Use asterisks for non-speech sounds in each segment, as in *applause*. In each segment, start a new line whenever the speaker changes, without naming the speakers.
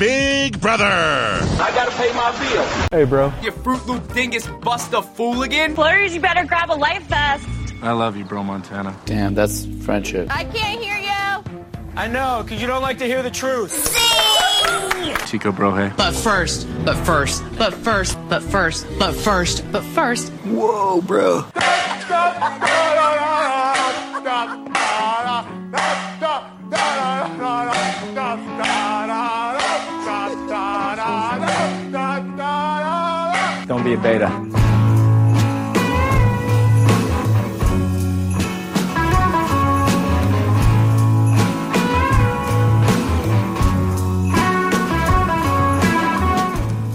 Big Brother.
I gotta pay my bill.
Hey, bro.
You Fruit Loop dingus bust a fool again?
Flurries, you better grab a life vest.
I love you, bro, Montana.
Damn, that's friendship.
I can't hear you.
I know, because you don't like to hear the truth.
Chico, bro, hey.
But first, but first, but first, but first, but first, but first.
Whoa, bro.
Don't be a beta.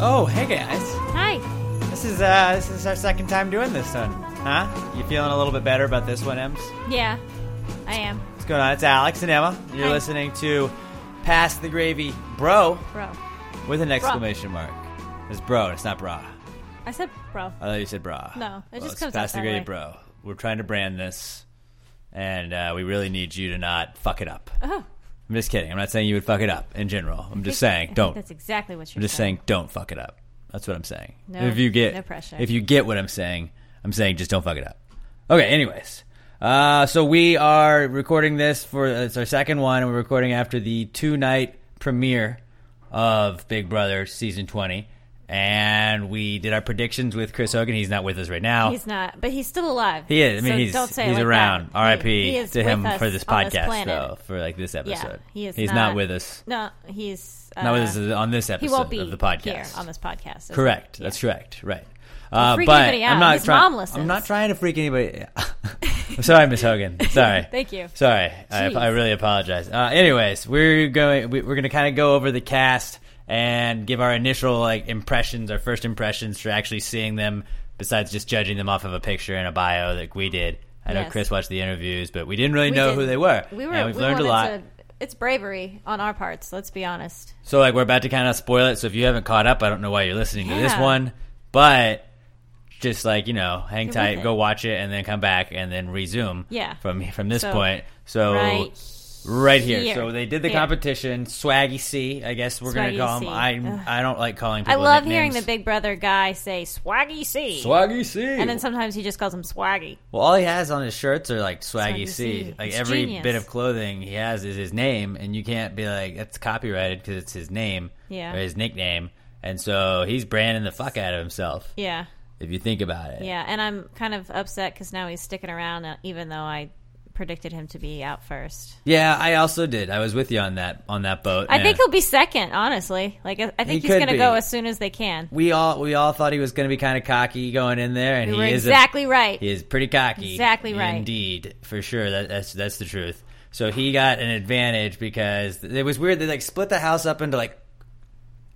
Oh, hey guys.
Hi.
This is uh, this is our second time doing this one, huh? You feeling a little bit better about this one, Ems?
Yeah, I am,
What's going on? It's Alex and Emma. You're
Hi.
listening to Pass the Gravy, Bro,
bro.
with an exclamation mark. It's bro. It's not bra.
I said bro.
I thought you said bra.
No, it just
it's
comes out
Pass the
that
Gravy,
way.
Bro. We're trying to brand this, and uh, we really need you to not fuck it up. Oh. I'm just kidding. I'm not saying you would fuck it up in general. I'm just
I
saying
think
don't.
*laughs* That's exactly what you're
I'm just
saying.
saying, don't fuck it up. That's what I'm saying.
No-
if you get
no pressure.
if you get what I'm saying, I'm saying just don't fuck it up. Okay. Anyways, uh, so we are recording this for it's our second one, and we're recording after the two night premiere of Big Brother season 20, and we did our predictions with Chris Hogan. He's not with us right now.
He's not, but he's still alive.
Oh. He is. I mean,
So
he's
don't say it
he's
like that.
around.
He-
R.I.P.
he is
to him
with us
for this
on this
podcast,
planet.
though, for like this episode.
he is
he's not,
not-
with us.
No, he's. Uh,
Not with us on this episode
He won't be
of the podcast.
here on this podcast. is he?
Correct. That's correct. Right. Uh,
freak
but
anybody out.
I'm not
His
trying.
mom listens.
I'm not trying to freak anybody.
*laughs*
I'm sorry, Miss Hogan. Sorry.
Thank you.
Sorry. I,
Jeez.
I really apologize. Uh, anyways, we're going. We, we're going to kind of go over the cast and give our initial like impressions, our first impressions for actually seeing them, besides just judging them off of a picture and a bio like we did. I know
Yes.
Chris watched the interviews, but we didn't really
We
know
did-
who they were.
We were.
And we've
we
learned a
wanted
lot.
To, it's bravery on our parts. Let's be honest.
So like we're about to kind of spoil it. So if you haven't caught up, I don't know why you're listening to this
Yeah.
one, but just like you know, hang
Get with
tight,
it.
go watch it, and then come back and then resume.
Yeah.
From from this
So,
point, so
right
right here.
here.
So they did the
Here.
competition. Swaggy C, I guess we're gonna
Swaggy
call him.
C. Ugh.
I I don't like calling.
I
People
love hearing
nicknames.
the Big Brother guy say "Swaggy C,"
Swaggy C.
and then sometimes he just calls him Swaggy.
Well, all he has on his shirts are like Swaggy, C.
Swaggy C.
Like
It's
every
genius.
bit of clothing he has is his name, and you can't be like that's copyrighted because it's his name
Yeah.
or his nickname. And so he's branding the fuck out of himself
Yeah,
if you think about it.
yeah. And I'm kind of upset because now he's sticking around, uh, even though I predicted him to be out first.
Yeah, I also did. I was with you on that on that boat.
I think
and
he'll be second, honestly. Like I I think
He
he's
could
going to
be.
go as soon as they can.
we all we all thought he was going to be kind of cocky going in there, and
We
he
were
is a-
exactly right.
He is pretty cocky.
Exactly right.
Indeed, for sure. That, that's that's the truth. So he got an advantage because it was weird. They like split the house up into like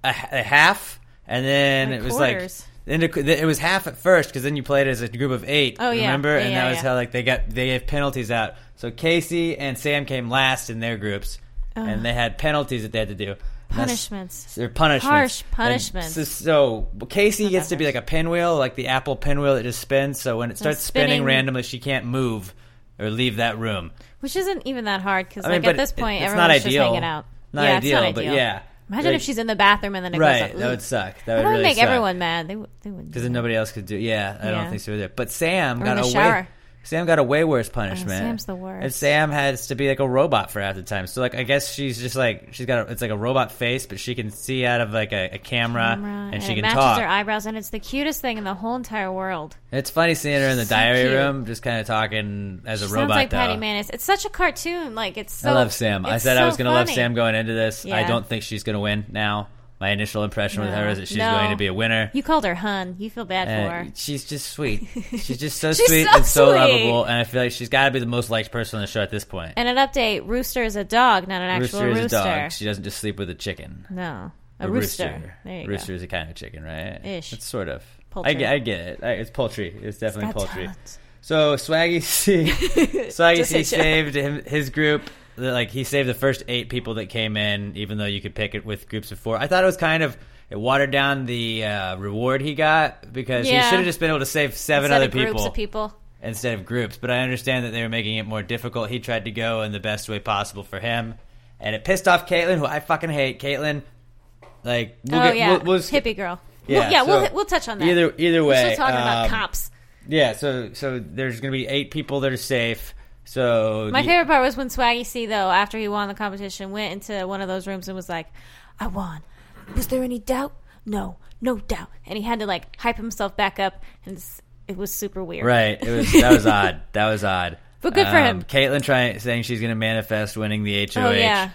a, a half, and then
Like
it was
quarters.
like into, it was half at first because then you played it as a group of eight.
Oh, yeah.
remember?
Yeah,
and
yeah,
that was
yeah.
how like they got they gave penalties out. So Casey and Sam came last in their groups, and they had penalties that they had to do. And that's-
Punishments.
They're punishments.
Harsh
And
punishments.
So, so Casey gets to be like a pinwheel, like the Apple pinwheel that just spins. So when it starts spinning,
spinning-
randomly, she can't move or leave that room.
Which isn't even that hard because
I mean,
like at
but
this
it-
point,
it's
everyone's
not
just
ideal.
hanging out.
Not
yeah,
ideal,
it's not
but
ideal.
yeah.
Imagine
Like-
if she's in the bathroom and then it
Right?
goes. Like,
that
"Ooh."
would suck. That
That
would
would
really
make
suck.
everyone mad. They, would- they wouldn't.
because then nobody else could do. Yeah, I
Yeah.
don't think so either. But Sam
Or
got
in the
a way.
shower. Oh,
Sam got a way worse punishment.
Sam's the worst.
And Sam has to be like a robot for half the time. So like, I guess she's just like she's got a, it's like a robot face, but she can see out of like a, a camera,
Camera,
uh, and she
it
can
matches
talk.
her eyebrows, and it's the cutest thing in the whole entire world.
It's funny seeing her in the
So
diary
cute.
room, just kind of talking as a
She
robot.
sounds like
though.
Patty Mayonnaise. It's such a cartoon. Like it's so.
I love Sam. I
it's
said I
so
was going to love
funny.
Sam going into this. I
Yeah.
don't think she's going to win now. My initial impression with
No.
her is that she's
No.
going to be a winner. Uh,
You called her hun. You feel bad
And
for her.
she's just
*laughs*
sweet. She's just so
She's
sweet
so
and so
sweet.
lovable. And I feel like she's got to be the most liked person on the show at this point.
And an update: Rooster is a dog, not an actual
Rooster
rooster.
is a dog. She doesn't just sleep with a chicken.
No, a,
A
rooster.
rooster.
There you
rooster
go.
is a kind of chicken, right?
Ish.
It's sort of. I,
Poultry.
get- I get it. I, it's poultry. It's definitely
got
poultry.
talent.
So Swaggy
*laughs*
C, Swaggy
Just
C
a joke.
saved him, his group. the- Like he saved the first eight people that came in, even though you could pick it with groups of four. I thought it was kind of it watered down the uh, reward he got because he
Yeah.
should have just been able to save seven
Instead
other
of groups
people,
of people.
instead of groups. But I understand that they were making it more difficult. He tried to go in the best way possible for him, and it pissed off Caitlyn, who I fucking hate. Caitlyn, Like, we'll
Oh
get,
yeah,
we'll, we'll just-
hippie girl.
Yeah,
Well, yeah,
so
we'll we'll touch on that.
Either either way,
We're still talking about
um,
cops.
Yeah, so so there's gonna be eight people that are safe. So
My
the-
favorite part was when Swaggy C though, after he won the competition, went into one of those rooms and was like, "I won. Was there any doubt? No, no doubt." And he had to like hype himself back up, and s- it was super weird.
Right. It was that was
*laughs*
odd. That was odd. Um,
But good for him.
Caitlin trying saying she's going to manifest winning the HOH.
Oh yeah,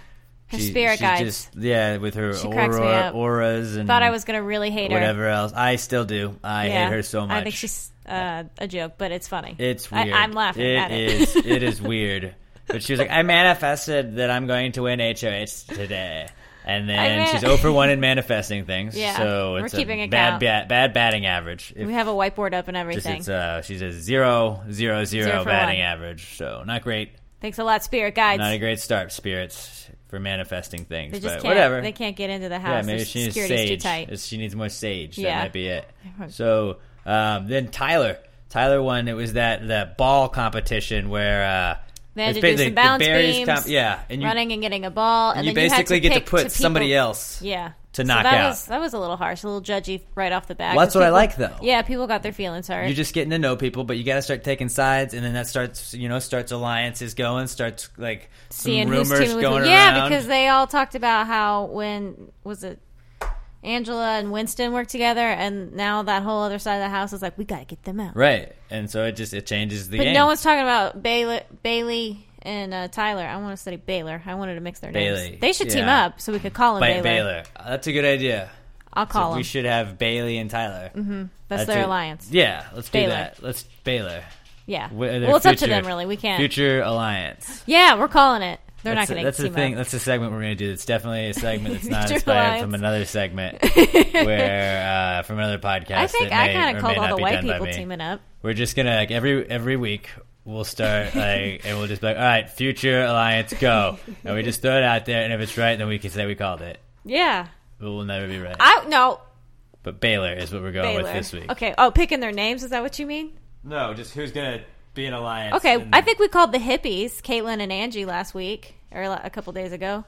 her
She-
spirit
she
guides.
just- yeah, with her
She cracks me
aura,
up.
auras and
Thought I was gonna really hate her.
whatever else. I still do. I
Yeah.
hate her so much.
I think she's uh, a joke, but it's funny.
It's
I,
weird.
I'm laughing
It
at it.
is.
*laughs*
it is weird. But she was like, I manifested that I'm going to win HOH today. And then
I man-
she's 0 for 1 in manifesting things.
*laughs* Yeah.
So
We're
it's
keeping
a
a
bad,
count.
bat, bad batting average. If
we have a whiteboard up and
just
everything.
it's, uh, she's a zero, zero, zero
Zero for
batting
one.
average. So not great.
Thanks a lot, spirit guides.
Not a great start, spirits, for manifesting things.
they just
but
can't.
whatever.
They can't get into the
yeah,
house.
maybe
The
she needs
security's
sage.
too tight.
She needs more sage.
Yeah.
That might be
*laughs*
it. So um, then Tyler, Tyler won. It was that that ball competition where uh,
They had
it's
to do
ba-
some balance
Barry's
beams,
yeah, and you
running and getting a ball, and,
you
then
basically
you had
get
to pick
to put
two
somebody
people-
else.
Yeah.
to
So
knock
that
out.
Was, that was a little harsh, a little judgy right off the bat.
Well, that's
'cause
what I
people-
like, though.
Yeah, people got their feelings hurt.
You're just getting to know people, but you got to start taking sides, and then that starts, you know, starts alliances going, starts like some
seeing who's
rumors
teaming with
going
who. Yeah,
around.
because they all talked about how when was it Angela and Winston worked together, and now that whole other side of the house is like, we got to get them out.
right, and so it just it changes the
But
game.
no one's talking about Bailey, Bailey and uh, Tyler. I want to study Baylor. I wanted to mix their
Bailey,
names. They should team
yeah.
up so we could call him
Ba-
Baylor.
Baylor. That's a good idea.
I'll
So
call
we
him.
should have Bailey and Tyler. Mm-hmm.
That's their alliance. Yeah.
Yeah, let's do
Baylor.
that. Let's Baylor. Wh-
Well,
their
it's up to
future-
them, really. We can't.
Future alliance.
Yeah, we're calling it. They're
that's
not going
a,
to
that's the
team
thing.
up.
That's the segment we're going to do. It's definitely a segment
*laughs*
that's not
Future
inspired
alliance.
from another
*laughs*
segment where uh, from another podcast.
I think
that
I
may
kind
or
of
may
called
not
all the
be
white
done by
people
me.
teaming up.
We're just gonna like every every week we'll start
*laughs*
like and we'll just be like, all right, future alliance, go, and we just throw it out there, and if it's right, then we can say we called it.
Yeah.
But we'll never be right.
I no
But Baylor is what we're going
Baylor.
with this week.
Okay. Oh, picking their names is that what you mean?
No, just who's gonna be an alliance?
Okay.
and-
I think we called the hippies Caitlin and Angie last week or la- a couple days ago.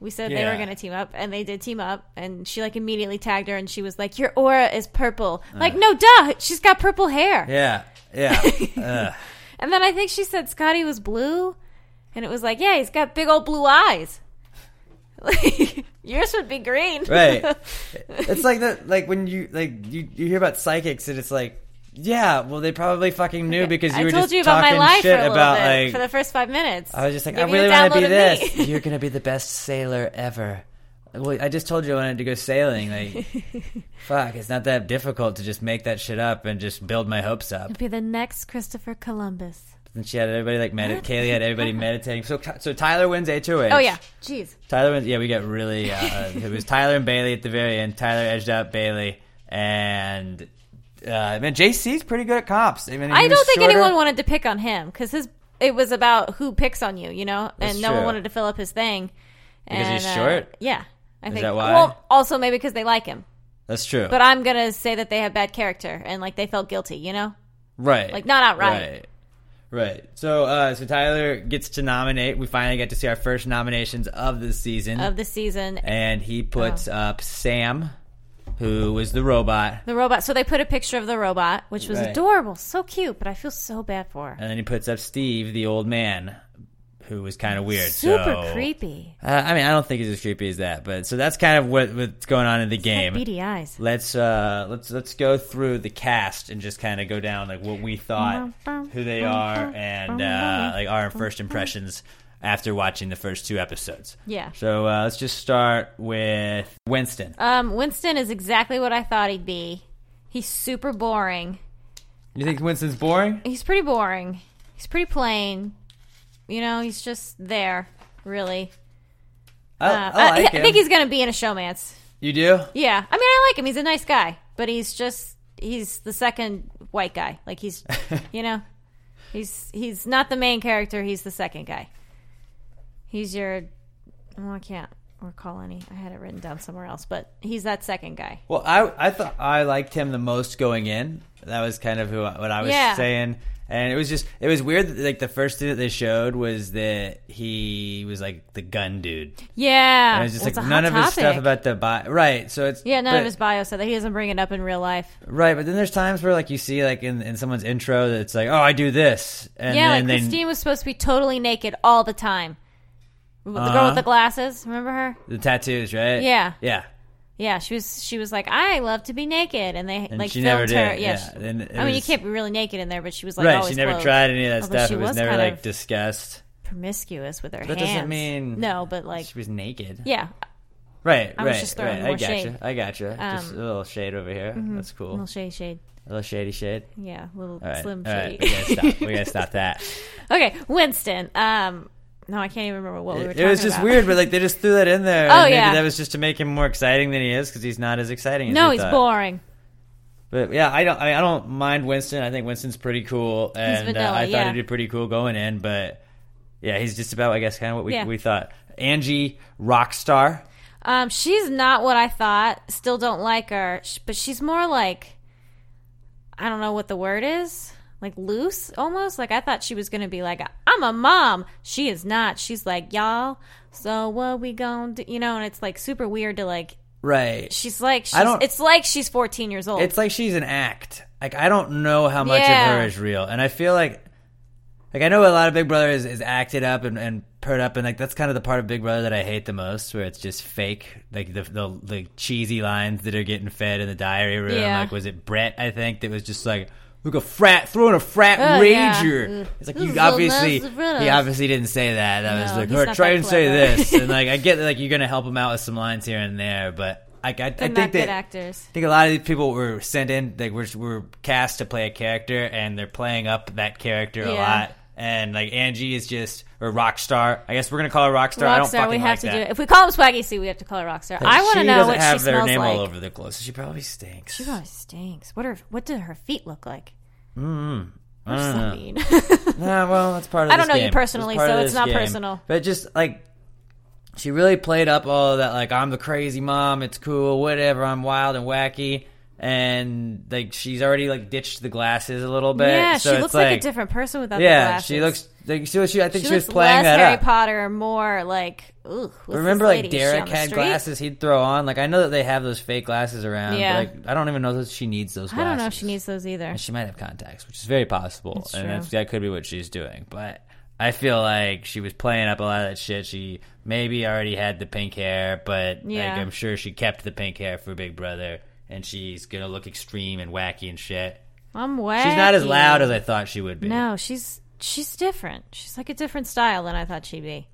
We said they
Yeah.
were going to team up, and they did team up. And she like immediately tagged her, and she was like, "Your aura is purple."
Uh.
Like, no, duh, she's got purple hair.
Yeah,
*laughs*
yeah. Ugh.
And then I think she said Scotty was blue, and it was like, yeah, he's got big old blue eyes. *laughs* Like, yours would be green, *laughs*
right. It's like that. Like when you like you, you hear about psychics, and it's like, yeah, well, they probably fucking knew because you
I
were
told
just
you about my
talking
life for
shit
a little
about
bit
like.
for the first five minutes.
I was just like, I
Give me a
really want to be
download of
this.
*laughs* me.
You're gonna be the best sailor ever. Well, I just told you I wanted to go sailing. Like,
*laughs*
fuck, it's not that difficult to just make that shit up and just build my hopes up.
be the next Christopher Columbus.
And she had everybody like medit. Kaylee had
*laughs*
everybody meditating. So, so Tyler wins HOH.
Oh yeah, jeez.
Tyler wins. Yeah, we got really. Uh, uh, it was Tyler and Bailey at the very end. Tyler edged out Bailey, and uh, man, JC's pretty good at cops. I, mean, he
I
was
don't think
shorter.
anyone wanted to pick on him because his it was about who picks on you, you know,
That's
and no one
true.
wanted to fill up his thing.
Because he's
And, uh,
short?
yeah, I think.
that why?
Well, also maybe because they like him.
That's true.
But I'm gonna say that they have bad character and like they felt guilty, you know.
right,
like, not outright.
Right. Right. So, uh, so Tyler gets to nominate. We finally get to see our first nominations of the season,
of Oh. the season.
and he puts up Sam, who was the robot,
the robot. So they put a picture of the robot, which was
Right.
adorable, so cute. But I feel so bad for her.
and then he puts up Steve, the old man, who was kind of weird.
Super
so-
creepy.
Uh, I mean, I don't think he's as creepy as that, but so that's kind of what, what's going on in the
Had
game.
beady eyes.
Let's uh, let's let's go through the cast and just kind of go down like what we thought, who they are, and uh, like our first impressions after watching the first two episodes.
Yeah.
So uh, let's just start with Winston.
Um, Winston is exactly what I thought he'd be. He's super boring.
you think Winston's boring?
He's pretty boring. He's pretty plain. You know, he's just there, really.
Oh, I,
Uh,
I
I,
like
I
him.
think he's gonna be in a showman's.
you do?
Yeah, I mean, I like him. He's a nice guy, but he's just he's the second white guy. Like
*laughs*
he's, you know, he's he's not the main character. He's the second guy. He's your. Oh, I can't recall any. I had it written down somewhere else, but he's that second guy.
Well, I I thought I liked him the most going in, That was kind of who I, what I was
Yeah.
saying, and it was just it was weird. that, Like the first thing that they showed was that he was like the gun dude.
Yeah.
And it was just
Well, it's
like
a
none
hot
of his stuff
topic.
about the bi- right. So it's
Yeah, none
but-
of his bio said that. He doesn't bring it up in real life.
Right, but then there's times where like you see like in, in someone's intro that it's like, oh, I do this, and
yeah,
then
like
they-
Christine was supposed to be totally naked all the time. The girl
Uh-huh.
with the glasses, remember her?
the tattoos, right?
Yeah.
yeah,
Yeah, she was. She was like, "I love to be naked," and they
And
like
she
filmed
never
her.
did,
Yeah,
yeah.
she-
And it
I mean, you
was-
can't be really naked in there, but she was like,
right. She
always
never
clothed.
tried any of that
Although
stuff.
She
It was,
was
never
kind
like
of
discussed.
promiscuous with her
That
hands.
doesn't mean
no, but like,
she was naked.
yeah,
right,
I
right,
was just throwing
right. I
more
gotcha.
shade.
I gotcha. just a
Um, mm-hmm.
little shade over here. That's cool.
little shade, shade.
a little shady shade.
Yeah, little
All right,
slim
all right.
shade.
We gotta stop. We gotta stop that.
*laughs* okay, Winston. Um, no, I can't even remember what we were.
It,
talking
was just
about.
weird, but like they just threw that in there.
Oh,
and maybe
yeah.
that was just to make him more exciting than he is because he's not as exciting. as
*laughs* no,
we
he's
thought.
boring.
But yeah, I don't. I, mean, I don't mind Winston. I think Winston's pretty cool, and
vanilla,
uh, I thought
yeah.
he'd be pretty cool going in. But yeah, he's just about, I guess, kind of what we
Yeah.
we thought. Angie Rockstar.
Um, she's not what I thought. Still don't like her, Sh- but she's more like I don't know what the word is. Like loose, almost. Like I thought she was gonna be like, "I'm a mom." She is not. She's like, "Y'all, so what we gonna do?" You know, and it's like super weird to like.
Right.
She's like, she's,
I don't-
it's like she's 14 years old.
it's like she's an act. Like I don't know how much
Yeah.
of her is real, and I feel like, like I know a lot of Big Brother is, is acted up and and put up, and like that's kind of the part of Big Brother that I hate the most, where it's just fake, like the the, the cheesy lines that are getting fed in the diary room.
Yeah.
Like was it Brett? I think that was just like. Look a frat throwing a frat
Oh, yeah.
rager.
Ugh.
It's like
This is
you
the last
obviously
round.
he obviously didn't say that. That
No,
was
he's
like, "Oh,
not
try
that
and say
clever."
this,
*laughs*
and like I get that, like you're gonna help him out with some lines here and there, but like I, I
They're
think that
not good actors.
I think a lot of these people were sent in, like were, were cast to play a character, and they're playing up that character a
Yeah.
lot. And like Angie is just or rock star. I guess we're gonna call her rock star. I don't
Rockstar,
fucking
we
like
have to
that.
do it. If we call him Swaggy Sue, we have to call her Rockstar. I want to
She
know
doesn't
what
have
she
their
smells
name
like.
all over the clothes. She probably stinks.
She probably stinks. What are what do her feet look like?
Mm-hmm.
Mm. *laughs*
Nah, well, that's part of.
I
this
don't know you
game.
personally,
That's part
so
of
it's
this
not personal.
But just like she really played up all of that, like I'm the crazy mom. It's cool, whatever. I'm wild and wacky, and like she's already like ditched the glasses a little bit.
yeah,
so
she
it's
looks like,
like
a different person without the
Yeah,
glasses.
she looks. Like, she, was- she, I think
She
she,
looks
was playing
less
that
Harry
up.
Potter, more like ooh. What's
Remember,
this
like
lady? Is she on
Derek
the
had
street?
glasses he'd throw on. Like I know that they have those fake glasses around.
Yeah.
But, like I don't even know that she needs those.
I
glasses.
don't know if she needs those either.
And she might have contacts, which is very possible,
That's
and
true.
that's, that could be what she's doing. But I feel like she was playing up a lot of that shit. She maybe already had the pink hair, but
Yeah.
like I'm sure she kept the pink hair for Big Brother, and she's gonna look extreme and wacky and shit.
I'm wacky.
She's not as loud as I thought she would be.
No, she's she's different. She's like a different style than I thought she'd be.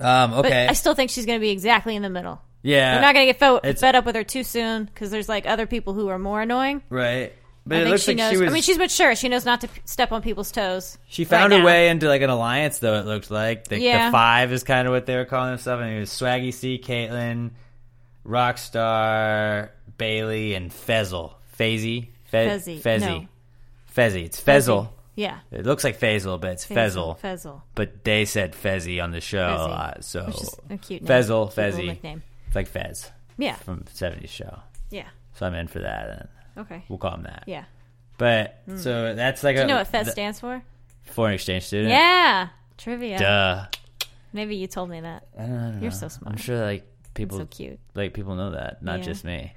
Um.
But
Okay.
I still think she's going to be exactly in the middle.
yeah.
We're not going to get fed,
it's-
fed up with her too soon because there's like other people who are more annoying.
Right. But
I
it
think
looks
she
like
knows.
she was.
I mean, she's mature. She knows not to p- step on people's toes.
She found
right
her
now.
way into like an alliance, though it looked like the, the
Yeah.
five is kind of what they were calling themselves. And it was Swaggy C, Caitlyn, Rockstar, Bailey, and Fezel, Fezy, Fe-
Fezzy.
Fezzy,
No.
Fezzy. It's Fezel.
Yeah.
It looks like Fazel, but it's Fezel.
Fezzle.
But they said Fezzy on the show a
Fezzy.
lot, so
Which is a cute name.
Fezel,
Cute little
Fezzy.
nickname.
It's like Fez
Yeah.
from '70s show.
Yeah.
So I'm in for that. And
Okay.
we'll call him that.
Yeah. Mm.
But so that's like a
You know what FES
th-
stands for?
foreign exchange student.
Yeah. Trivia.
Duh.
Maybe you told me that.
I don't, I don't
You're
know.
so smart.
I'm sure like
It's
people
so cute.
like people know that, not
Yeah.
just me.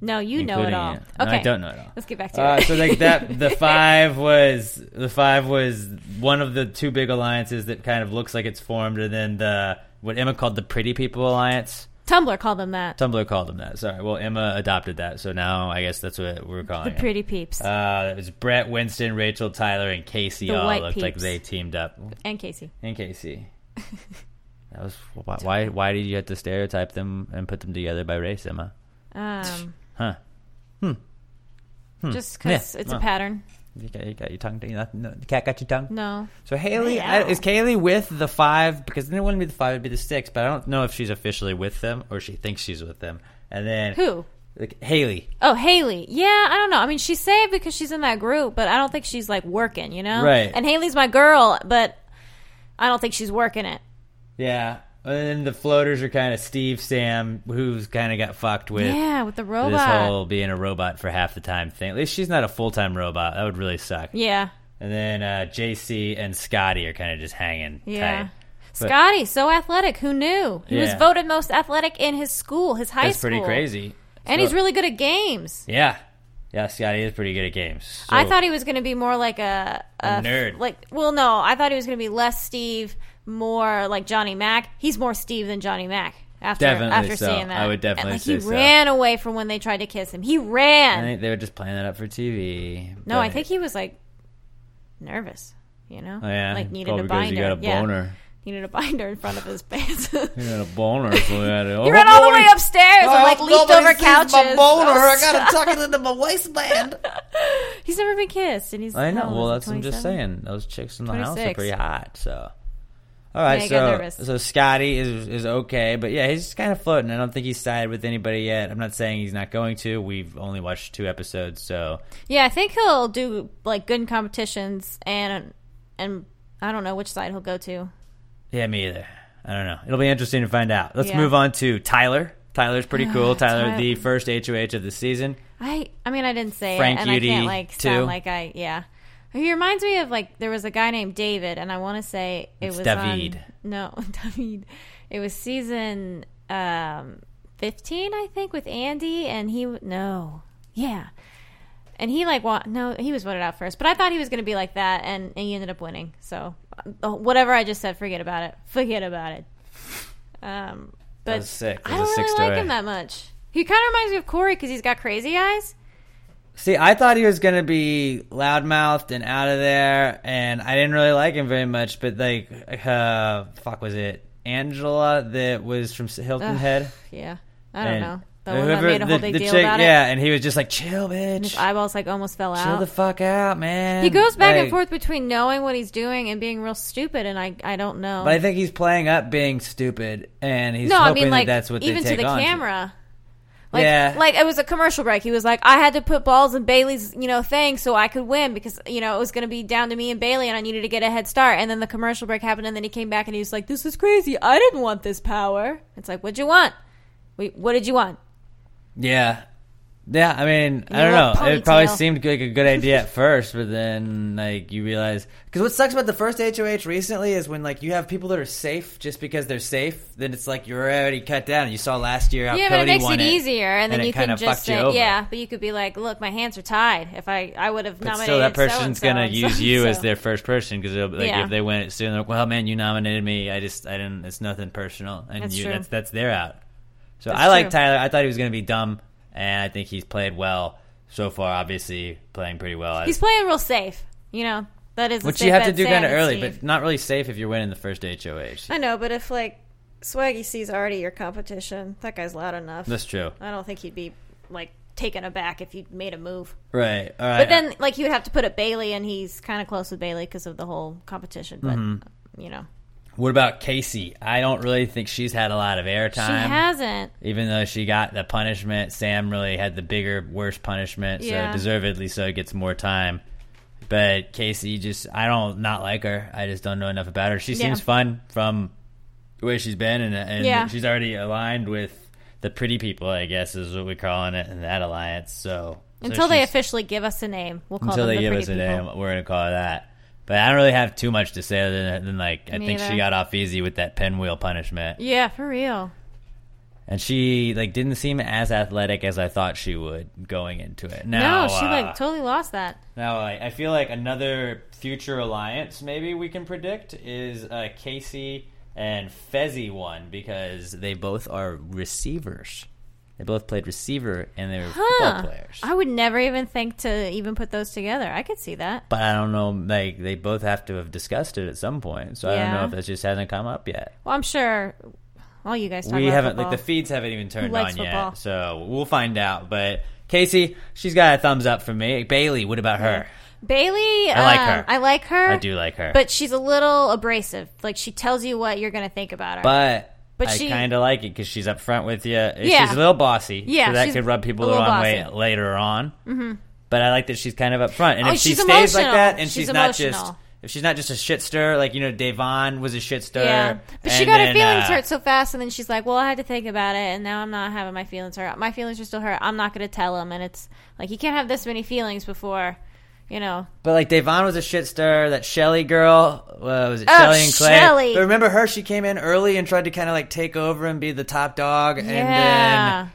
No, you know it
including
all.
you.
Okay.
No, I don't know it all.
Let's get back to
Uh,
it.
so like
*laughs*
that, the five was the five was one of the two big alliances that kind of looks like it's formed, and then the what Emma called the Pretty People Alliance.
Tumblr called them that.
Tumblr called them that. Sorry. Well, Emma adopted that, so now I guess that's what we're calling
The
it.
pretty peeps
Uh, it was Brett, Winston, Rachel, Tyler, and Casey.
The
all
White
looked like
Peeps.
they teamed up.
and Casey.
And Casey. that was why, why. Why did you have to stereotype them and put them together by race, Emma?
Um,
Huh.
Just because
Yeah.
it's
Oh.
a pattern.
You got, you got your tongue. You not, no, the cat got your tongue.
No.
So Haley
Yeah.
I- is Kaylee with the five because then it wouldn't be the five; it'd be the six. But I don't know if she's officially with them or she thinks she's with them. And then
Who?
Like, Haley,
Oh, Haley. Yeah, I don't know. I mean, she's saved because she's in that group, but I don't think she's like working, you know?
Right.
And Haley's my girl, but I don't think she's working it.
yeah. And then the floaters are kind of Steve, Sam, who's kind of got fucked with
yeah, with the
this
robot.
whole being a robot for half the time thing. At least she's not a full time robot. That would really suck.
yeah,
And then uh, JC and Scotty are kind of just hanging
yeah.
tight. But
Scotty, so athletic. Who knew? He was
Yeah.
voted most athletic in his school, his high
That's
school.
pretty crazy.
And
So-
he's really good at games.
Yeah. Yeah, Scotty is pretty good at games. So-
I thought he was going to be more like a,
A nerd.
Like, well, no, I thought he was going to be less Steve, more like Johnny Mack. He's more Steve than Johnny Mack. After
Definitely
after
so.
seeing that,
I would definitely
and, like,
say
he
so.
ran away from when they tried to kiss him. He
I
ran.
think they were just playing that up for TV.
no,
but-
I think he was like nervous. You know,
Oh, yeah.
like needed
Probably
a
because
binder.
he got a
Yeah.
boner.
Needed a binder in front of his *laughs* pants.
He got a boner. So we
*laughs*
had to, oh,
He ran all the
boy.
way upstairs and like leaped over couches. *laughs* Oh,
gotta tuck it into my waistband.
*laughs* He's never been kissed, and he's
I know.
how old
Well,
is
that's
he,
what I'm just
27?
saying. Those chicks in the house are
26.
pretty hot. So, all right.
Yeah, I got nervous.
so, so Scotty is is okay, but yeah, he's just kind of floating. I don't think he's sided with anybody yet. I'm not saying he's not going to. We've only watched two episodes, so
Yeah, I think he'll do like good competitions, and and I don't know which side he'll go to.
yeah, me either. I don't know. It'll be interesting to find out. Let's
Yeah.
move on to Tyler. Tyler's pretty cool. Tyler,
Tyler.
the first HOH of the season.
I I mean I didn't say
Frank
it, and
Udy,
I can't like
too.
sound like I yeah. He reminds me of like there was a guy named David, and I want to say it
It's
was
David.
On, no, *laughs* David. It was season um, fifteen, I think, with Andy, and he no, yeah, and he like wa- no, he was voted out first, but I thought he was going to be like that, and, and he ended up winning. So uh, whatever I just said, forget about it. Forget about it. Um, but
was sick. That
I
was
don't
a sick
really
story.
like him that much. He kind of reminds me of Corey because he's got crazy eyes.
See, I thought he was gonna be loudmouthed and out of there, and I didn't really like him very much. But like, uh, fuck, was it Angela that was from Hilton
Ugh,
Head?
Yeah, I don't
And
know. The one that
whoever-
made a whole
the-
big
the
deal
chick-
about
Yeah,
it.
and he was just like, "Chill, bitch,
His eyeballs like almost fell
chill
out.
the fuck out, man."
he goes back and
Like,
forth between knowing what he's doing and being real stupid, and I I don't know.
But I think he's playing up being stupid, and he's
no, I
hoping
mean like
that that's what
even
they take
to the
on
camera. Like,
Yeah.
like it was a commercial break. He was like, "I had to put balls in Bailey's, you know, thing so I could win because you know it was going to be down to me and Bailey, and I needed to get a head start." And then the commercial break happened, and then he came back and he was like, "This is crazy. I didn't want this power." It's like, "What'd you want? We, what did you want?"
Yeah. Yeah, I mean, I
You
don't
love
know. It probably
ponytail.
seemed like a good idea at first, but then like you realize because what sucks about the first HOH recently is when like you have people that are safe just because they're safe, then it's like you're already cut down. You saw last year how
Yeah, but
Oh, Cody
it makes
won
it easier, and then
it
you
kinda
can just
fucked you
say,
over.
"Yeah," but you could be like, "Look, my hands are tied. If I, I would have
But
nominated."
still, that person's
so-and-so
gonna
and
use
so-and-so."
you as their first person because like
Yeah.
if they win it soon, they're like, well, man, you nominated me. I just I didn't. It's nothing personal, and
That's
you
true.
that's that's their out. So
That's
I like
true.
Tyler. I thought he was gonna be dumb, and I think he's played well so far. Obviously, playing pretty well.
He's playing real safe. You know that is a
which
safe
you have to
bet
do
Sam
kind of
and
early,
Steve.
but not really safe if you're winning the first HOH.
I know, but if like Swaggy sees already your competition, that guy's loud enough.
That's true.
I don't think he'd be like taken aback if you made a move.
Right. All right.
But then like you would have to put up Bailey, and he's kind of close with Bailey because of the whole competition. But
Mm-hmm.
you know
what about Casey? I don't really think she's had a lot of airtime.
she hasn't.
even though she got the punishment, Sam really had the bigger, worse punishment, so
Yeah.
deservedly so gets more time. But Casey just I don't not like her. I just don't know enough about her. She
Yeah.
seems fun from where she's been and, and
Yeah.
she's already aligned with the pretty people, I guess is what we're calling it in that alliance. So so
Until they
she's-
officially give us a name, we'll call
until they
them the
give
pretty
us a
people.
name, we're gonna call it that. But I don't really have too much to say other than, than like I
Me
think she
either.
got off easy with that pinwheel punishment.
Yeah, for real.
And she like didn't seem as athletic as I thought she would going into it. Now,
No, she
uh,
like totally lost that.
now like, I feel like another future alliance maybe we can predict is uh, Casey and Fezzi one because they both are receivers. They both played receiver and they were
Huh.
football players.
I would never even think to even put those together. I could see that.
but I don't know, like they both have to have discussed it at some point. So I don't
Yeah.
know if that just hasn't come up yet.
Well, I'm sure all you guys talk
we
about
haven't
football.
like the feeds haven't even turned
Who likes
on
football?
yet so we'll find out but casey she's got a thumbs up from me bailey what about her
Bailey,
I like
um,
her.
I like her.
i do like her
But she's a little abrasive. Like she tells you what you're going to think about her.
but
but
I
she-
kind of like it because she's up front with you.
Yeah.
She's a little bossy.
Yeah,
So that
she's
could rub people
a
the
little
wrong way
bossy.
later on. Mm-hmm. But I like that she's kind of up front. And
Oh,
if she
she's
stays like
emotional.
that and she's,
She's
not just,
emotional.
If she's not just a shit stir, like you know, Devon was a shit stir.
Yeah, but she
and
got her
then,
feelings
uh,
hurt so fast, and then she's like, "Well, I had to think about it, and now I'm not having my feelings hurt. My feelings are still hurt. I'm not going to tell him." And it's like you can't have this many feelings before, you know.
But like Devon was a shit stir. That Shelly girl uh, was it
Oh,
Shelly and Clay?
Shelly.
But remember her? She came in early and tried to kind of like take over and be the top dog,
Yeah.
and then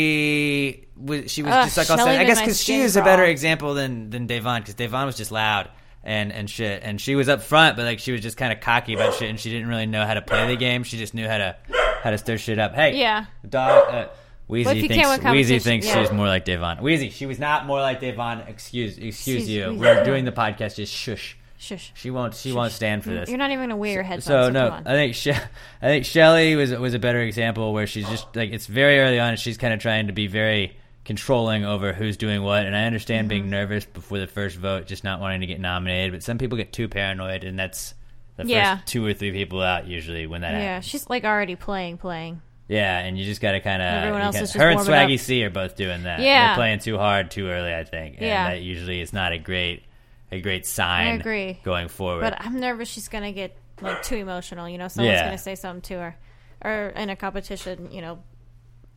she was she was
Ugh,
just like all
Shelly
set. I
made
guess
my
because she
skin
is a better
crawl.
example than than Devon because Devon was just loud and and shit, and she was up front, but like she was just kind of cocky about shit, and she didn't really know how to play the game. She just knew how to how to stir shit up. Hey,
Yeah.
dog. Uh, Wheezy
Well, if you can't
thinks,
win
Wheezy
competition,
thinks
yeah.
she's more like Devon. Wheezy, she was not more like Devon. Excuse, excuse
Excuse-
you.
Wheezy.
We're doing the podcast. Just shush.
Shush.
She won't. She won't stand for this.
You're not even going to wear your headphones.
so
so
no, uh,
come on.
I think she- I think Shelly was was a better example where she's just like it's very early on. and She's kind of trying to be very controlling over who's doing what. And I understand being
Mm-hmm.
nervous before the first vote, just not wanting to get nominated. But some people get too paranoid, and that's the
Yeah.
first two or three people out usually when that
yeah,
happens.
she's like already playing, playing.
Yeah, and you just got to kind of.
Everyone else is just
her and
warming up.
Swaggy C are both doing that.
Yeah.
they're playing too hard too early, I think. And
Yeah.
that usually is not a great, a great sign.
I agree.
Going forward,
But I'm nervous she's going to get like too emotional. You know, someone's
Yeah.
going to say something to her, or in a competition, you know,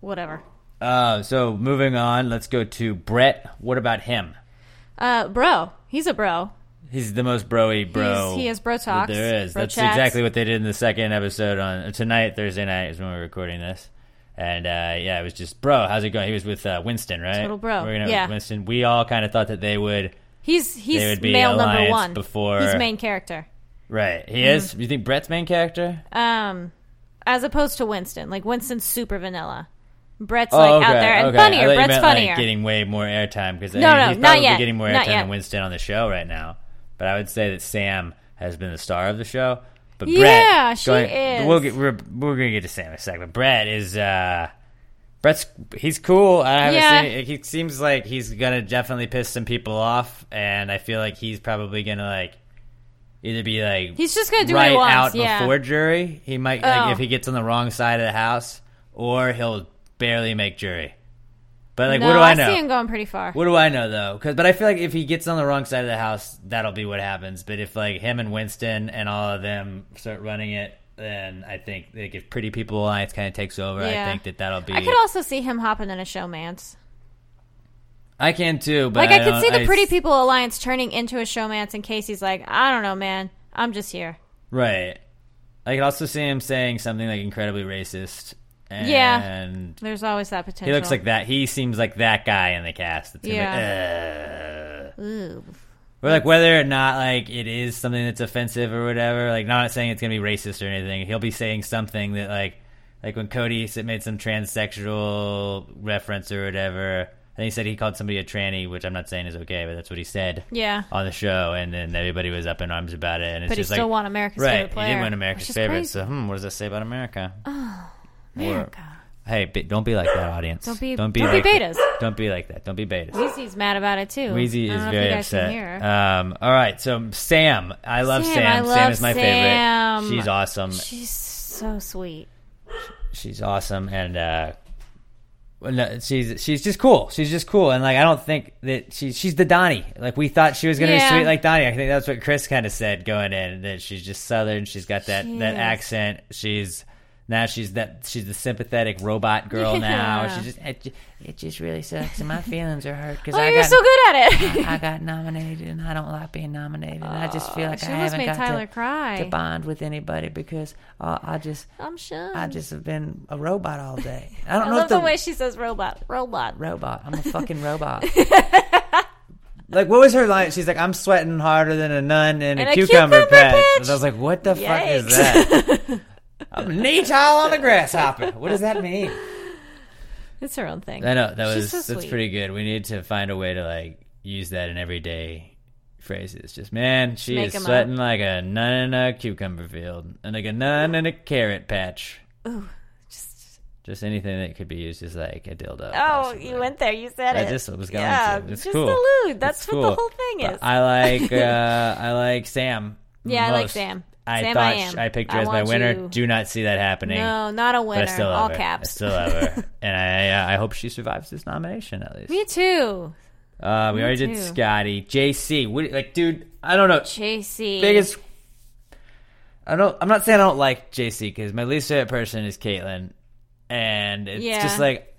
whatever.
uh, so moving on, let's go to Brett. What about him?
Uh, bro, he's a bro.
He's the most broy bro.
He's- he has bro
that
talks,
There is.
bro
That's
chats.
exactly what they did in the second episode on uh, tonight, Thursday night is when we're recording this. And uh, yeah, it was just bro. How's it going? He was with uh, Winston, right?
Total bro,
We're gonna-
yeah.
Winston. We all kind of thought that they would.
He's
They would
he's
be
male number
alliance
one.
before-
he's main character.
Right. He
Mm-hmm.
is. You think Brett's main character?
um, as opposed to Winston. Like Winston's super vanilla. Brett's
Oh,
like out
okay,
there and
okay. I
funnier.
thought you
Brett's
meant, like,
funnier.
getting way more airtime because
No,
I mean,
no,
he's
not
probably
yet,
getting more
not
airtime than
yet.
Winston on the show right now. But I would say that Sam has been the star of the show. But Brett,
Yeah, she
going-
is.
We'll get, we're we're gonna get to Sam in a second. But Brett is uh, Brett's he's cool. I haven't
Yeah.
seen. He seems like he's gonna definitely piss some people off, and I feel like he's probably gonna like either be like
He's just gonna do what
right
he wants.
out
yeah.
before jury. He might
Oh.
like, if he gets on the wrong side of the house, or he'll barely make jury. But like,
no,
what do I, know?
see him going pretty far.
What do I know though? 'Cause- but I feel like if he gets on the wrong side of the house, that'll be what happens. But if like him and Winston and all of them start running it, then I think like if Pretty People Alliance kind of takes over, I
Yeah.
think that that'll be.
I could also see him hopping in a showmance.
I can too, but
Like I, could
don't-
see the
I-
Pretty People Alliance turning into a showmance in Casey's like, I don't know, man. I'm just here.
Right. I could also see him saying something like incredibly racist. And
Yeah. There's always that potential.
He looks like that. He seems like that guy in the cast. That's gonna be, "Ugh."
Ooh.
We're like whether or not like it is something that's offensive or whatever. Like not saying it's gonna be racist or anything. He'll be saying something that like like when Cody s- made some transsexual reference or whatever. And he said he called somebody a tranny, which I'm not saying is okay, but that's what he said
Yeah.
on the show. And then everybody was up in arms about it. And it's
But he
Oh, just
still
like,
won America's
right?
favorite player.
He did win America's
which is
favorite.
crazy. Oh,
So hmm, what does that say about America?
America.
Hey, be, don't be like that, audience.
Don't be- don't be
like
betas.
that. Don't be like that. Don't be betas.
Wheezy's mad about it too.
Wheezy
I
is
don't know if
very
you guys can hear.
upset. Um, all right, so Sam, I love Sam.
Sam,
Sam,
I love
is my
Sam.
favorite. She's awesome.
She's so sweet.
She's awesome, and uh, well, no, she's she's just cool. She's just cool, and like I don't think that she she's the Donnie. Like we thought she was gonna
Yeah.
be sweet like Donnie. I think that's what Chris kind of said going in that she's just Southern. She's got that
She
that
is.
accent. She's now she's that she's the sympathetic robot
*laughs*
girl now.
Yeah.
She's just it, ju- it just really sucks,
*laughs*
and my feelings are hurt because
Oh,
I
you're
got
so good at it.
*laughs*
I got nominated and I don't like being nominated. I just feel like
she
I
almost
haven't
made
got
Tyler
to,
cry.
to bond with anybody because uh, I just
I'm sure.
I just have been a robot all day.
*laughs*
I don't
Mm. I
know
love the
if
way she says robot. Robot.
robot. I'm a
*laughs*
fucking robot.
Like what was her line? She's like, "I'm sweating harder than a nun in a,
a
cucumber,
cucumber
patch."
patch.
And I was like, "What the fuck is
Yikes.
that?"
*laughs*
I'm knee tall on a grasshopper. What does that mean?
It's her own thing.
I know that
She's
was
so
that's
sweet.
pretty good. We need to find a way to like use that in everyday phrases. Just man, she
Make
is
'em
sweating like a nun in a cucumber field, and like a nun in a carrot patch. Ooh, just just anything that could be used as like a dildo.
Oh,
possibly.
you went there. You said
I
it.
just was going
yeah,
to. It's
just
cool.
the lewd. That's
It's
what
cool.
the whole thing
But
is.
I like
*laughs*
uh, I like Sam.
Yeah, I like
most.
Sam.
I
Sam,
thought
I am.
sh- picked her
I
as my
want
winner.
you.
Do not see that happening.
no, not a
but I
winner.
still love
All
her. I
caps. *laughs*
still love her, and I uh, I hope she survives this nomination at least.
Me too.
Uh, we already
too.
did Scotty. JC. What, like, dude, I don't know.
JC.
Biggest. I don't. I'm not saying I don't like JC because my least favorite person is Caitlyn, and it's
Yeah.
just like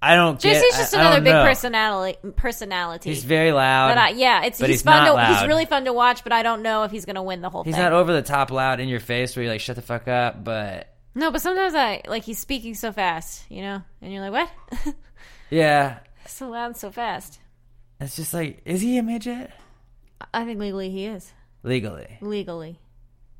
I don't.
JC's
get- I-
just
I
another
don't
big
know.
personality. Personality.
He's very loud.
But I, yeah, it's
but
he's,
he's
fun.
not
to, He's
loud.
really fun to watch, but I don't know if he's going to win the whole
He's
thing.
not over the top loud in your face where you're like, shut the fuck up, but
no, but sometimes I like he's speaking so fast, you know, and you're like, what? *laughs*
yeah.
so loud, and so fast.
It's just like, is he a midget?
I think legally he is
Legally.
legally.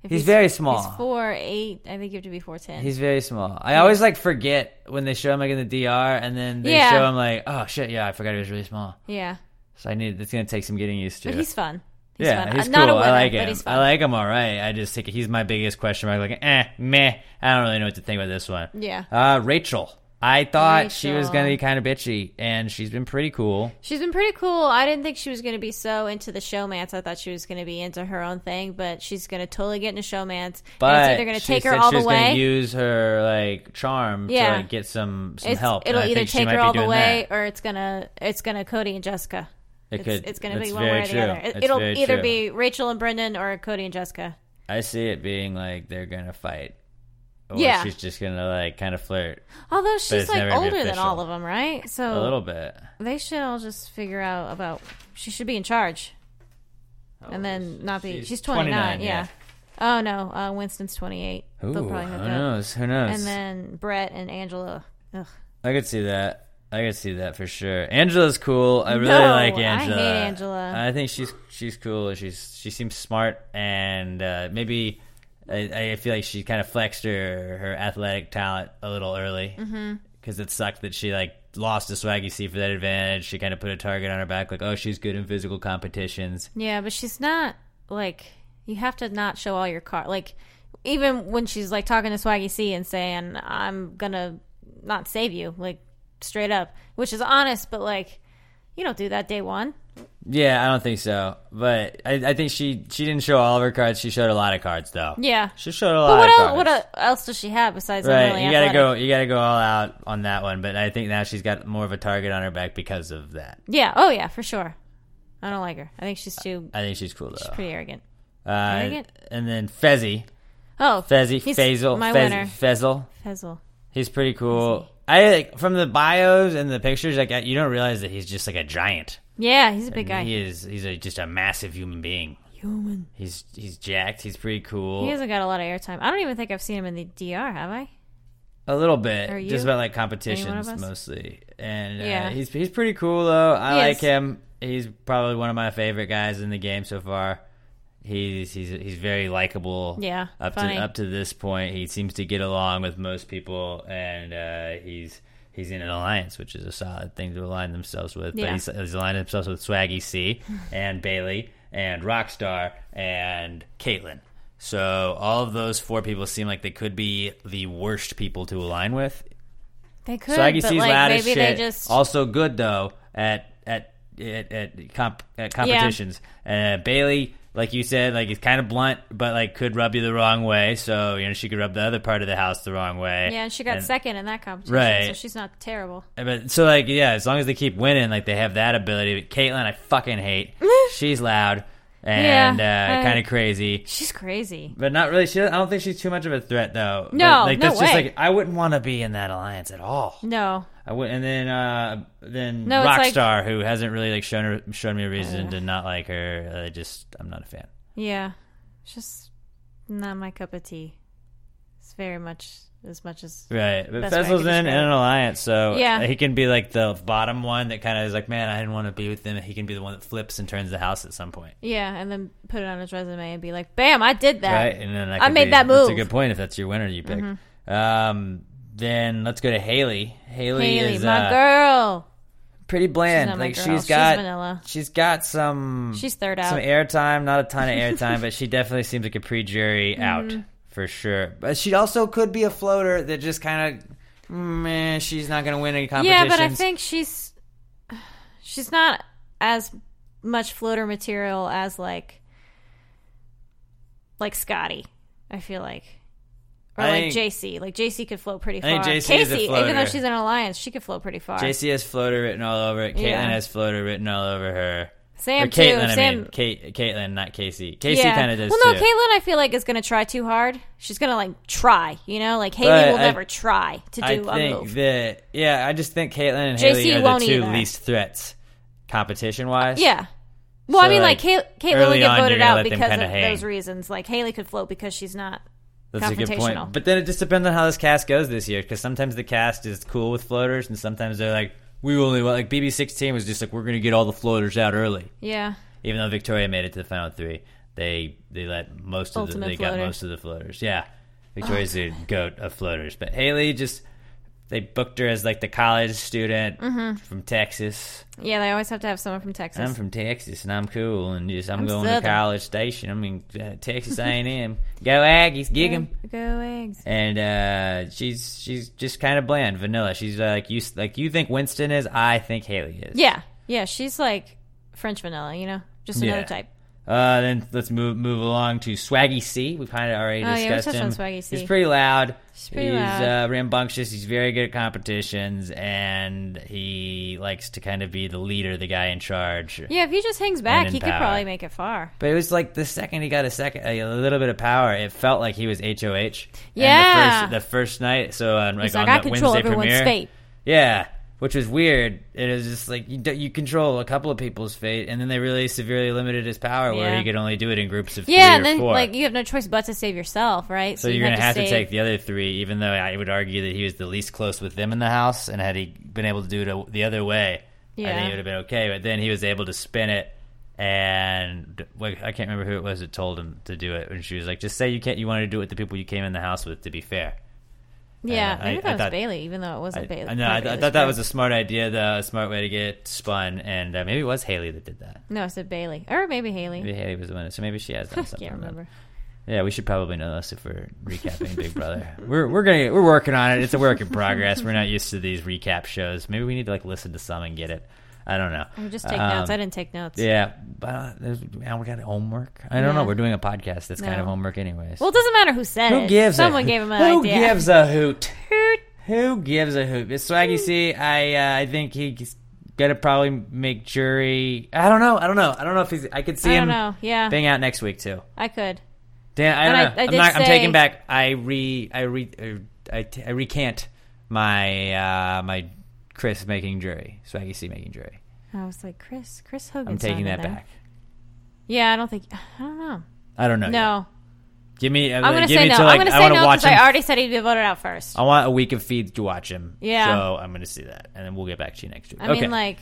If
He's very small.
He's four eight. I think you have to be four ten.
He's very small. I always like forget when they show him like in the DR and then they
Yeah.
show him like, oh shit, yeah, I forgot he was really small.
yeah,
So I need, it's going to take some getting used to.
but he's fun. He's
yeah,
fun.
he's
Uh,
cool.
not a winner,
I like
but
him.
he's fun.
I like him all right. I just think he's my biggest question mark. Like, eh, meh. I don't really know what to think about this one.
Yeah.
Uh, Rachel. I thought she was
Rachel.
going to be kind of bitchy, and she's been pretty cool.
She's been pretty cool. I didn't think she was going to be so into the showmance. I thought she was going to be into her own thing, but she's going to totally get into showmance.
But
and it's either going to
she
take her
said
all
she
the
was gonna
way.
Use her like charm
Yeah.
to like get some some
it's,
help. and
It'll
I
either
think she
take
might
her
be
all the
doing
way,
that.
or it's gonna it's gonna Cody and Jessica.
It
It's,
could-
it's gonna
that's
be one way
very
or the
true.
other. It,
That's
it'll
very
either
true.
be Rachel and Brendan or Cody and Jessica.
I see it being like they're gonna fight, or
Yeah.
she's just gonna like kind of flirt
Although
it's
she's like
never gonna be
older than
official.
all of them, right?
a
So
little bit.
they should all just figure out about she should be in charge, and then not be. She's,
Oh, She's
29,
29,
yeah. Oh no, uh, Winston's twenty eight.
Ooh,
They'll probably hook
who
up.
knows? Who knows?
And then Brett and Angela. Ugh.
I could see that. I could see that for sure. Angela's cool. I really
No,
like
I hate
Angela.
Angela.
I think she's she's cool. She's she seems smart and uh, maybe I, I feel like she kind of flexed her her athletic talent a little early because
Mm-hmm.
it sucked that she like lost to Swaggy C for that advantage. She kind of put a target on her back, like oh she's good in physical competitions.
Yeah, but she's not like you have to not show all your car. Like even when she's like talking to Swaggy C and saying I'm gonna not save you, like straight up, which is honest, but like you don't do that day one.
Yeah, I don't think so, but I, I think she she didn't show all of her cards. She showed a lot of cards though.
Yeah.
she showed a lot.
But what
of
else?
cards.
What el- else does she have besides? being
Right,
really
you gotta go.
athletic?
You gotta go all out on that one. But I think now she's got more of a target on her back because of that.
Yeah. Oh yeah, for sure. I don't like her. I think she's too.
I think she's cool
She's
though.
pretty arrogant.
uh,
arrogant.
and then Fezzi,
Oh,
Fezzi,
he's
Fazel,
my
Fez,
winner,
Fezel.
Fezel.
He's pretty cool. I like from the bios and the pictures. Like you don't realize that he's just like a giant.
Yeah, he's a big guy.
He is. He's a, just a massive human being. Human. He's he's jacked. He's pretty cool.
He hasn't got a lot of airtime. I don't even think I've seen him in the DR, have I?
A little bit,
Or you?
just about like
Any
competitions
one of us?
mostly, and
Yeah.
uh, he's he's pretty cool though. I
He
like
is.
him. He's probably one of my favorite guys in the game so far. He's he's he's very likable.
Yeah,
up
funny.
to up to this point, he seems to get along with most people, and uh, he's he's in an alliance, which is a solid thing to align themselves with. But
Yeah.
he's, he's aligned himself with Swaggy C *laughs* and Bailey and Rockstar and Caitlyn. So all of those four people seem like they could be the worst people to align with.
They could,
Swaggy
but
C's
like
loud as
maybe
shit.
they just
Also good though at at at, at, comp, at competitions. Uh, Bailey, like you said, like is kind of blunt, but like could rub you the wrong way. So you know she could rub the other part of the house the wrong way.
yeah. And she got second in that competition,
Right.
so she's not terrible.
But so like yeah, as long as they keep winning, like they have that ability. But Caitlyn, I fucking
*laughs*
hate. She's loud and
Yeah,
uh,
I-
kind of crazy.
She's crazy.
But not really. She, I don't think she's too much of a threat, though.
No,
But, like
no
that's just
way.
like I wouldn't want to be in that alliance at all.
No,
I would, and then uh, then
No, it's like-
Rockstar, who hasn't really like shown her, shown me a reason to not like her. I just I'm not a fan.
yeah, it's just not my cup of tea. It's very much as much as
Right, but
Best way I
Fezzel's
could
in, in
describe
an
it.
alliance, so
Yeah.
he can be like the bottom one that kind of is like, man, I didn't want to be with them. He can be the one that flips and turns the house at some point.
yeah, and then put it on his resume and be like, "Bam, I did that."
Right, and then that
I
could
made
be-
that
That's a
move. Mm-hmm.
good point. If that's your winner, you pick. Um, then let's go to Haley. Haley,
Haley,
is
my
uh,
girl.
pretty bland.
She's not my
like
girl.
she's
She's
got
vanilla.
she's got some
She's third
some
out.
airtime, not a
*laughs*
ton of airtime, but she definitely seems like a pre-jury
Mm-hmm.
out for sure. But she also could be a floater that just kind of man, she's not going to win any competitions.
Yeah, but I think she's she's not as much floater material as like like Scotty. I feel like Or
I
like
think-
JC. Like JC could float pretty far.
think JC is a
Casey, even though
floater.
she's in an alliance, she could float pretty far.
JC has floater written all over it. Caitlin
Yeah.
has floater written all over her.
Sam
or Caitlin,
too.
I
Sam
mean, Kate, Caitlin, not Casey. Casey
yeah.
kind of does
Well, no,
too.
Caitlyn, I feel like is going to try too hard. She's going to like try, you know, like Haley
But
will
I-
never try to
I
do a
think
move.
that yeah, I just think Caitlin and
JC
Haley are
won't
the two
either.
least threats, competition wise.
yeah. Well, I
So,
mean, like,
like,
Kate, Caitlyn
early
would get
on, you're
voted
gonna
out
let them
because of
kinda hang.
those reasons. Like Haley could float because she's not.
that's a good
confrontational.
point. But then it just depends on how this cast goes this year, because sometimes the cast is cool with floaters, and sometimes they're like, we only want like BB16 was just like we're gonna get all the floaters out early,
Yeah.
even though Victoria made it to the final three. They they let most of the
Ultimate
they got
floater.
most of the floaters. Yeah, Victoria's the goat of floaters, but Haley just they booked her as like the college student
Mm-hmm.
from Texas.
Yeah, they always have to have someone from Texas.
I'm from Texas and I'm cool and just I'm,
I'm
going
Southern.
to College Station. I mean uh, Texas A&M. Go Aggies, gig 'em.
Go eggs.
And uh, she's she's just kind of bland, vanilla. She's uh, like you like you think Winston is, I think Haley is.
Yeah. Yeah, she's like French vanilla, you know? Just another
Yeah.
type.
Uh, then let's move move along to Swaggy C. We kind of already
Oh, yeah, we
discussed
touched
him.
on Swaggy C.
He's pretty loud. He's
pretty
uh,
loud.
rambunctious. He's very good at competitions, and he likes to kind of be the leader, the guy in charge.
Yeah, if he just hangs
And
back,
in
he could
power.
probably make it far.
But it was like the second he got a second, a little bit of power, it felt like he was HOH.
Yeah.
And the first, the first night, so on, like
He's
on
like, I
the
control
Wednesday
everyone's
premiere.
fate.
Yeah, which was weird. It was just like you, do- you control a couple of people's fate, and then they really severely limited his power, where
Yeah.
he could only do it in groups of
Yeah,
three
and
or
then
four.
like you have no choice but to save yourself, right?
so you're gonna have to,
save-
take the other three, even though I would argue that he was the least close with them in the house, and had he been able to do it a- the other way, I think
Yeah.
it would have been okay. But then he was able to spin it, and like, I can't remember who it was that told him to do it, and she was like, "Just say you can't. You wanted to do it with the people you came in the house with. To be fair."
Yeah,
I-
maybe
I
that was
thought-
Bailey, even though it wasn't
I,
Bailey.
I know. I, th- I thought that was a smart idea, though, a smart way to get spun, and uh, maybe it was Haley that did that.
no, I said Bailey, or maybe Haley.
Maybe Haley was the winner, so maybe she has done
*laughs* I
something.
can't remember.
Yeah, we should probably know this if we're recapping Big Brother. *laughs* We're we're gonna we're working on it. It's a work in progress. We're not used to these recap shows. Maybe we need to like listen to some and get it. I don't know.
I'm just taking
Um,
notes. I didn't take notes.
Yeah, but uh, there's- now we got homework. I don't know.
Yeah.
We're doing a podcast. That's kind
No.
of homework, anyways.
Well, it doesn't matter who said
who
it.
gives?
Someone
a,
gave him an
*laughs* who
idea.
gives a hoot? Who gives a hoot? It's
Hmm.
Swaggy C. I uh, I think he's gonna probably make jury. I don't know. I don't know. I don't know if he's. I could see
*laughs* I
him
don't know. Yeah,
being out next week too.
I could.
Dan, I don't
And
know.
I- I
I, am
did
not, I'm
say-
taking back. I re, I re, er, I, t- I recant my uh, my Chris making jury, Swaggy C making jury.
I was like Chris. Chris Hogan.
I'm taking that back.
Yeah, I don't think. I don't know.
I don't know.
No,
give me. uh,
I'm gonna
give
say
me
no.
till,
I'm
like,
gonna
I
say
want to
no
watch
because
him.
I already said he'd be voted out first.
I want a week of feeds to watch him.
Yeah.
So I'm gonna see that, and then we'll get back to you next week.
I
okay.
mean, like,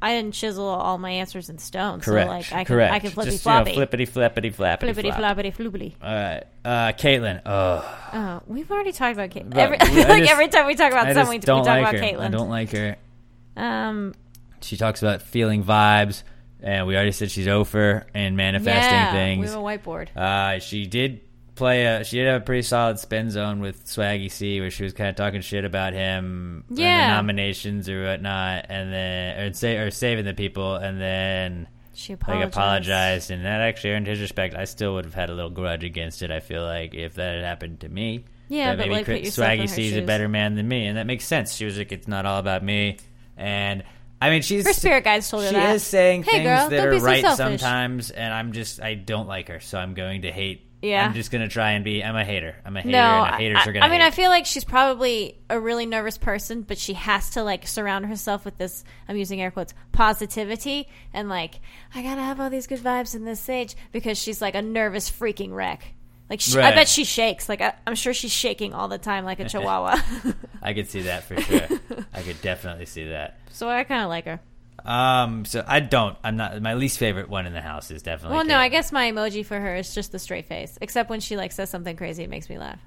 I didn't chisel all my answers in stone.
correct.
So, like, I can,
correct.
I can flippy
Just,
floppy.
You know, flippity flappity flappity
flippity
flop.
floppity floopity.
All right, uh, Caitlin. Oh,
Oh, we've already talked about Caitlyn.
But
Every, I feel
I
*laughs* like
just-
every time we talk about
I
someone,
just
we, we
don't
talk
like
about
her. I
Caitlyn.
don't like her.
Um,
She talks about feeling vibes, and we already said she's over and manifesting
yeah,
things.
We have a whiteboard.
Uh, she did play a she did have a pretty solid spin zone with Swaggy C, where she was kind of talking shit about him, and
Yeah.
the nominations or whatnot, and then or say or saving the people, and then
She
like
apologized.
apologized, and that actually earned his respect. I still would have had a little grudge against it. I feel like if that had happened to me.
Yeah,
that
but,
maybe
like, put
Chris-
yourself in her
Swaggy C's a
shoes.
better man than me, and that makes sense. She was like, "It's not all about me," and I mean, she's
Her spirit guides told her
she
that.
is saying
Hey,
things
girl,
that
don't be
are
so
right
selfish.
sometimes, and I'm just I don't like her, so I'm going to hate.
Yeah.
I'm just gonna try and be. I'm a hater. I'm a hater.
No,
and
I,
haters
I-
are gonna.
I mean,
hate.
I feel like she's probably a really nervous person, but she has to like surround herself with this. I'm using air quotes positivity and like I gotta have all these good vibes in this age because she's like a nervous freaking wreck. Like she,
Right.
I bet she shakes. Like I, I'm sure she's shaking all the
*laughs*
time like a chihuahua. *laughs*
I could see that for sure. I could definitely see that.
so I kind of like her.
Um, so I don't. I'm not. My least favorite one in the house is definitely.
Well, no,
Caitlyn.
I guess my emoji for her is just the straight face, except when she like says something crazy, it makes
*laughs*
me laugh.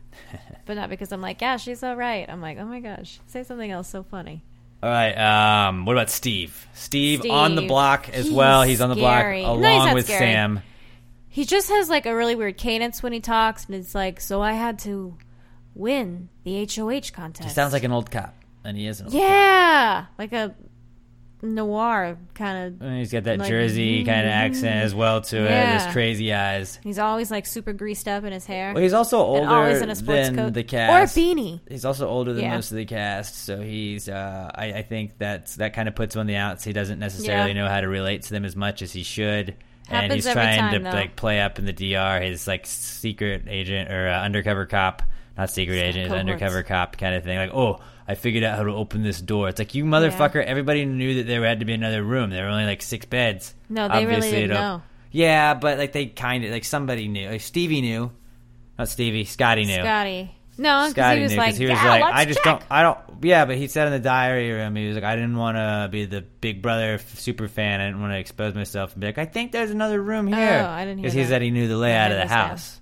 but not because I'm like, yeah, she's all right. I'm like, oh my gosh, say something else so funny.
All right. Um, what about Steve? Steve, on the
Steve.
block as
He's
well. He's on the
scary. No,
block
he's
along
not
with
scary.
Sam.
He just has like a really weird cadence when he talks, and it's like, so I had to win the HOH contest.
He sounds like an old cop, and he is. An old
yeah, like a noir kind of.
And he's got that
Like, mm-hmm.
Jersey kind of accent as well to it.
Yeah.
His crazy eyes.
He's always like super greased up in his hair.
Well, he's also older
and always in a sports
than
coat
the cast.
or a beanie.
He's also older than
Yeah.
most of the cast, so he's. Uh, I, I think that's that kind of puts him on the outs. He doesn't necessarily
Yeah.
know how to relate to them as much as he should, and
Happens
he's
every
trying
time,
to
though.
like play up in the DR his like secret agent or uh, undercover cop, not secret agent, his
cohorts.
undercover cop kind of thing. Like, oh, I figured out how to open this door. It's like you motherfucker. Everybody knew that there had to be another room. There were only like six beds.
No, they really didn't
it'll-
know.
Yeah, but like they kind of like somebody knew. Like Stevie knew, not Stevie. Scotty knew.
Scotty. No, because
Scotty
he was
knew
like,
because he was
"Yeah,
like,
let's
I just
check."
don't, I don't, yeah. But he said in the diary room, he was like, I didn't want to be the Big Brother f- super fan. I didn't want to expose myself and be like, I think there's another room here.
Oh, I didn't hear
Because he
that.
said he knew the layout of
I
the
missed that.
house,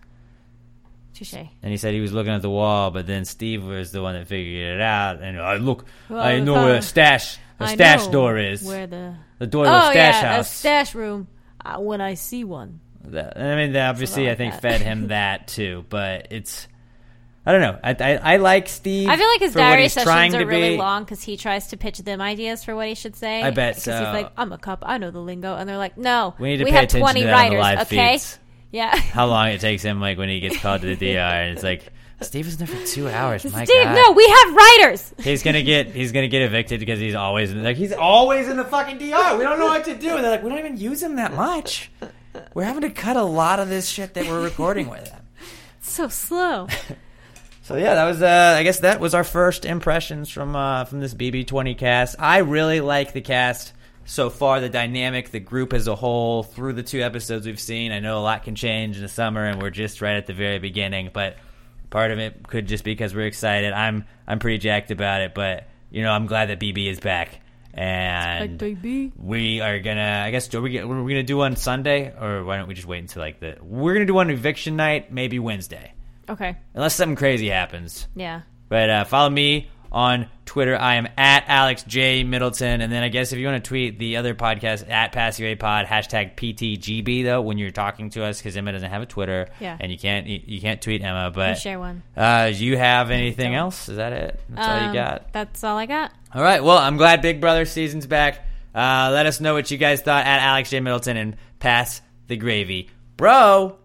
Touche.
and he said he was looking at the wall, but then Steve was the one that figured it out. And I look,
Well,
I
we
know where a
found-
stash, a
I
stash
know
door is,
Where the
the door to
oh
a stash
yeah,
house.
a stash room. Uh, when I see one,
That- I mean, that obviously,
like
I think
that.
fed
*laughs*
him that too, but it's. I don't know. I, I, I like Steve.
I feel like his
for what
diary
he's trying
sessions
to
are really
be.
long because he tries to pitch them ideas for what he should say.
I bet
'Cause
so.
He's like, I'm a cop. I know the lingo, and they're like, No,
We need to
we
pay
have
attention
20
to that on
writers,
the live
okay?
feeds. Oh
Yeah. *laughs*
How long it takes him, like when he gets called to the DR, and it's like Steve was there for two hours. My
Steve,
God.
no, we have writers.
He's gonna get he's gonna get evicted because he's always like he's always in the fucking DR. We don't know what to do. And they're like, we don't even use him that much. We're having to cut a lot of this shit that we're recording with him. *laughs*
so slow.
So yeah, that was uh, I guess that was our first impressions from uh, from this BB20 cast. I really like the cast so far, the dynamic, the group as a whole through the two episodes we've seen. I know a lot can change in the summer, and we're just right at the very beginning. But part of it could just be because we're excited. I'm I'm pretty jacked about it, but you know I'm glad that BB is back. And
baby.
we are gonna. I guess are we are we gonna do one Sunday, or why don't we just wait until like the? We're gonna do one eviction night, maybe Wednesday,
Okay.
unless something crazy happens.
Yeah.
But uh, follow me on Twitter. I am at Alex J Middleton. And then I guess if you want to tweet the other podcast at Pass Your A Pod hashtag PTGB though when you're talking to us because Emma doesn't have a Twitter.
Yeah.
And you can't you, you can't tweet Emma.
I'll
But
share one.
Uh, do you have anything else? Is that it? That's all you
Um,
got.
That's all I got.
All right. Well, I'm glad Big Brother season's back. Uh, let us know what you guys thought at Alex J Middleton and pass the gravy, bro.